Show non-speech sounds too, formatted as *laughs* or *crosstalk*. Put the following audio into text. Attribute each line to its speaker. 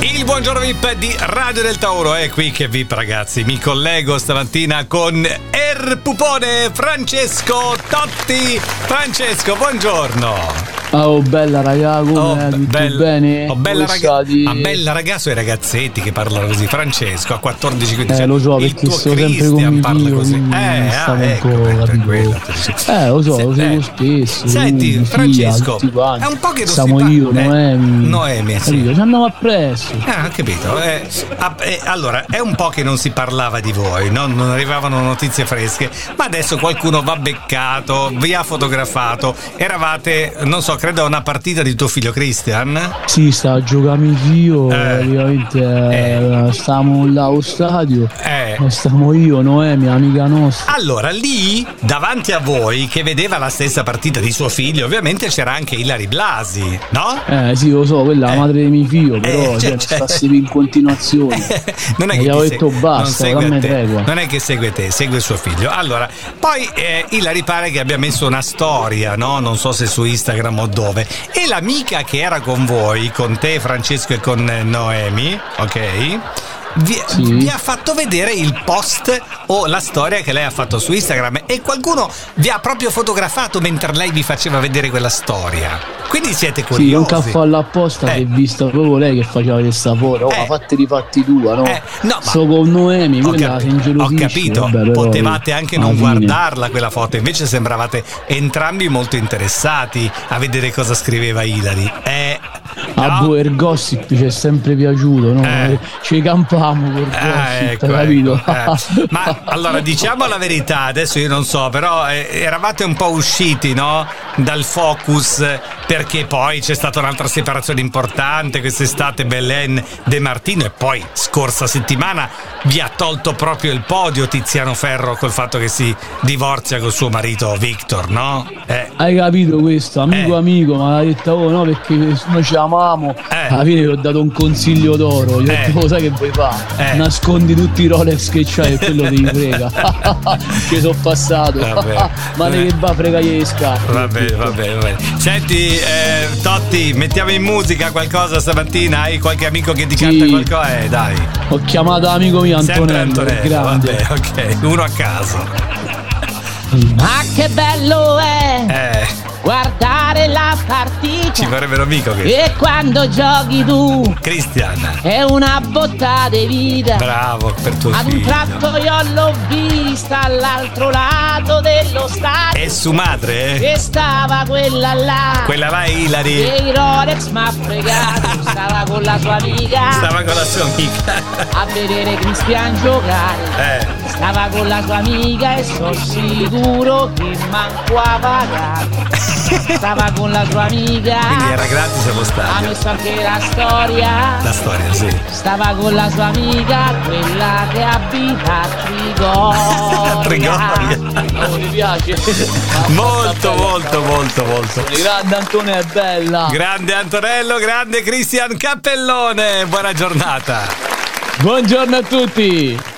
Speaker 1: Il buongiorno VIP di Radio del Tauro è qui che VIP ragazzi, mi collego stamattina con Er Pupone Francesco Totti. Francesco, buongiorno.
Speaker 2: Oh bella raga, come
Speaker 1: Oh,
Speaker 2: è? Tutto
Speaker 1: bella-
Speaker 2: bene?
Speaker 1: oh, bella,
Speaker 2: Come
Speaker 1: raga-
Speaker 2: stati?
Speaker 1: ma bella ragazzo e ragazzetti che parlano così. Francesco a 14-15 anni.
Speaker 2: Eh lo so
Speaker 1: il
Speaker 2: perché
Speaker 1: tuo
Speaker 2: sto sempre con
Speaker 1: Christian
Speaker 2: mio
Speaker 1: parla
Speaker 2: figlio,
Speaker 1: così.
Speaker 2: quindi
Speaker 1: Eh,
Speaker 2: stavo
Speaker 1: ah, ecco,
Speaker 2: ancora,
Speaker 1: per
Speaker 2: capito?
Speaker 1: quello.
Speaker 2: Eh lo so, lo
Speaker 1: Se-
Speaker 2: seguo
Speaker 1: eh.
Speaker 2: spesso
Speaker 1: Senti,
Speaker 2: lui,
Speaker 1: Francesco,
Speaker 2: figlia, tutti quanti.
Speaker 1: è un po' che non
Speaker 2: Siamo
Speaker 1: si
Speaker 2: io,
Speaker 1: parla- eh,
Speaker 2: Noemi
Speaker 1: Noemi, sì.
Speaker 2: Capito? Ci andiamo appresso
Speaker 1: Ah, ho capito. Eh, ah, eh, allora, è un po' che non si parlava di voi, no? non arrivavano notizie fresche, ma adesso qualcuno va beccato, vi ha fotografato. Eravate, non so, credo a una partita di tuo figlio Christian.
Speaker 2: Sì, sta a giocare mio figlio
Speaker 1: Eh.
Speaker 2: Praticamente
Speaker 1: Eh.
Speaker 2: eh, stiamo là allo stadio
Speaker 1: Eh.
Speaker 2: e Stiamo io, Noemi, amica nostra
Speaker 1: Allora, lì, davanti a voi, che vedeva la stessa partita di suo figlio, ovviamente c'era anche Ilari Blasi, no?
Speaker 2: Eh sì, lo so, quella è
Speaker 1: Eh.
Speaker 2: la madre di mio figlio Però
Speaker 1: Eh,
Speaker 2: cioè,
Speaker 1: cioè, cioè. Eh.
Speaker 2: sta sempre
Speaker 1: *laughs*
Speaker 2: in continuazione
Speaker 1: non è
Speaker 2: Gli
Speaker 1: che ti
Speaker 2: avevo detto
Speaker 1: segue-
Speaker 2: basta,
Speaker 1: non segue
Speaker 2: dammi
Speaker 1: te.
Speaker 2: tregua.
Speaker 1: Non è che segue te, segue suo figlio. Allora, poi eh, Ilari pare che abbia messo una storia, no? Non so se su Instagram o dove. E l'amica che era con voi, con te, Francesco e con eh, Noemi, ok? Vi,
Speaker 2: Sì.
Speaker 1: vi ha fatto vedere il post o la storia che lei ha fatto su Instagram e qualcuno vi ha proprio fotografato mentre lei vi faceva vedere quella storia. Quindi siete curiosi.
Speaker 2: Sì, non caffallo apposta
Speaker 1: Eh.
Speaker 2: che ho visto proprio lei che faceva questa foto. Oh,
Speaker 1: Eh.
Speaker 2: ma fatteli fatti tua, no?
Speaker 1: Eh, no, ma-
Speaker 2: Sto con Noemi,
Speaker 1: Ho,
Speaker 2: quella
Speaker 1: capi-
Speaker 2: se ingelosisce,
Speaker 1: ho capito,
Speaker 2: vabbè, però-
Speaker 1: potevate anche
Speaker 2: alla
Speaker 1: non
Speaker 2: fine.
Speaker 1: guardarla quella foto, invece sembravate entrambi molto interessati a vedere cosa scriveva Ilari. Eh,
Speaker 2: A
Speaker 1: no?
Speaker 2: voi il gossip ci è sempre piaciuto, no?
Speaker 1: Eh.
Speaker 2: Ci campiamo col gossip,
Speaker 1: Ah, ecco,
Speaker 2: capito?
Speaker 1: ecco, eh. Ma
Speaker 2: *laughs*
Speaker 1: allora diciamo la verità, adesso io non so, però eh, eravate un po' usciti no? dal focus eh, perché poi c'è stata un'altra separazione importante quest'estate Belen De Martino e poi scorsa settimana vi ha tolto proprio il podio Tiziano Ferro col fatto che si divorzia col suo marito Victor, no? Eh,
Speaker 2: Hai capito questo, amico
Speaker 1: Eh.
Speaker 2: amico, ma ha detto oh no perché noi ci amamo.
Speaker 1: Eh.
Speaker 2: Alla fine gli ho dato un consiglio d'oro, gli ho
Speaker 1: Eh.
Speaker 2: detto "Lo sai che vuoi fare?
Speaker 1: Eh.
Speaker 2: Nascondi tutti i Rolex che c'hai e quello ti
Speaker 1: *laughs*
Speaker 2: frega. ci sono passato.
Speaker 1: Vabbè.
Speaker 2: *laughs* ma ne che va frega gli scarpe.
Speaker 1: Va bene, va bene, va bene. Senti, eh, Totti, mettiamo in musica qualcosa stamattina? Hai qualche amico che ti
Speaker 2: Sì.
Speaker 1: canta qualcosa? Eh, dai.
Speaker 2: Ho chiamato amico mio
Speaker 1: Sempre
Speaker 2: Antonello, il
Speaker 1: Antonello,
Speaker 2: grande.
Speaker 1: vabbè, ok, uno a caso.
Speaker 3: Ma che bello è
Speaker 1: Eh,
Speaker 3: guardare la
Speaker 1: ci
Speaker 3: partita
Speaker 1: vorrebbero mica che.
Speaker 3: e quando giochi tu
Speaker 1: Cristian,
Speaker 3: è una botta di vita.
Speaker 1: bravo per tuo
Speaker 3: Ad un
Speaker 1: figlio.
Speaker 3: tratto io l'ho vista all'altro lato dello stadio
Speaker 1: E su madre, eh?
Speaker 3: e stava quella là.
Speaker 1: Quella là è Ilari.
Speaker 3: E i Rolex m'ha
Speaker 1: *laughs*
Speaker 3: fregato, stava con la sua amica
Speaker 1: Stava con la sua amica. *laughs*
Speaker 3: a vedere Cristian giocare.
Speaker 1: Eh,
Speaker 3: Stava con la sua amica e sono sicuro che manco a pagare. Stava con la sua amica,
Speaker 1: quindi era gratis allo
Speaker 3: ha
Speaker 1: stadio.
Speaker 3: messo anche la storia.
Speaker 1: La storia, sì.
Speaker 3: Stava con la sua amica, quella che abita a Trigoria.
Speaker 1: Trigoria.
Speaker 2: Oh, mi piace.
Speaker 1: Molto, molto, molto, molto.
Speaker 2: Il grande Antonello è bella.
Speaker 1: Grande Antonello, grande Cristian Cappellone. Buona giornata.
Speaker 2: Buongiorno a tutti.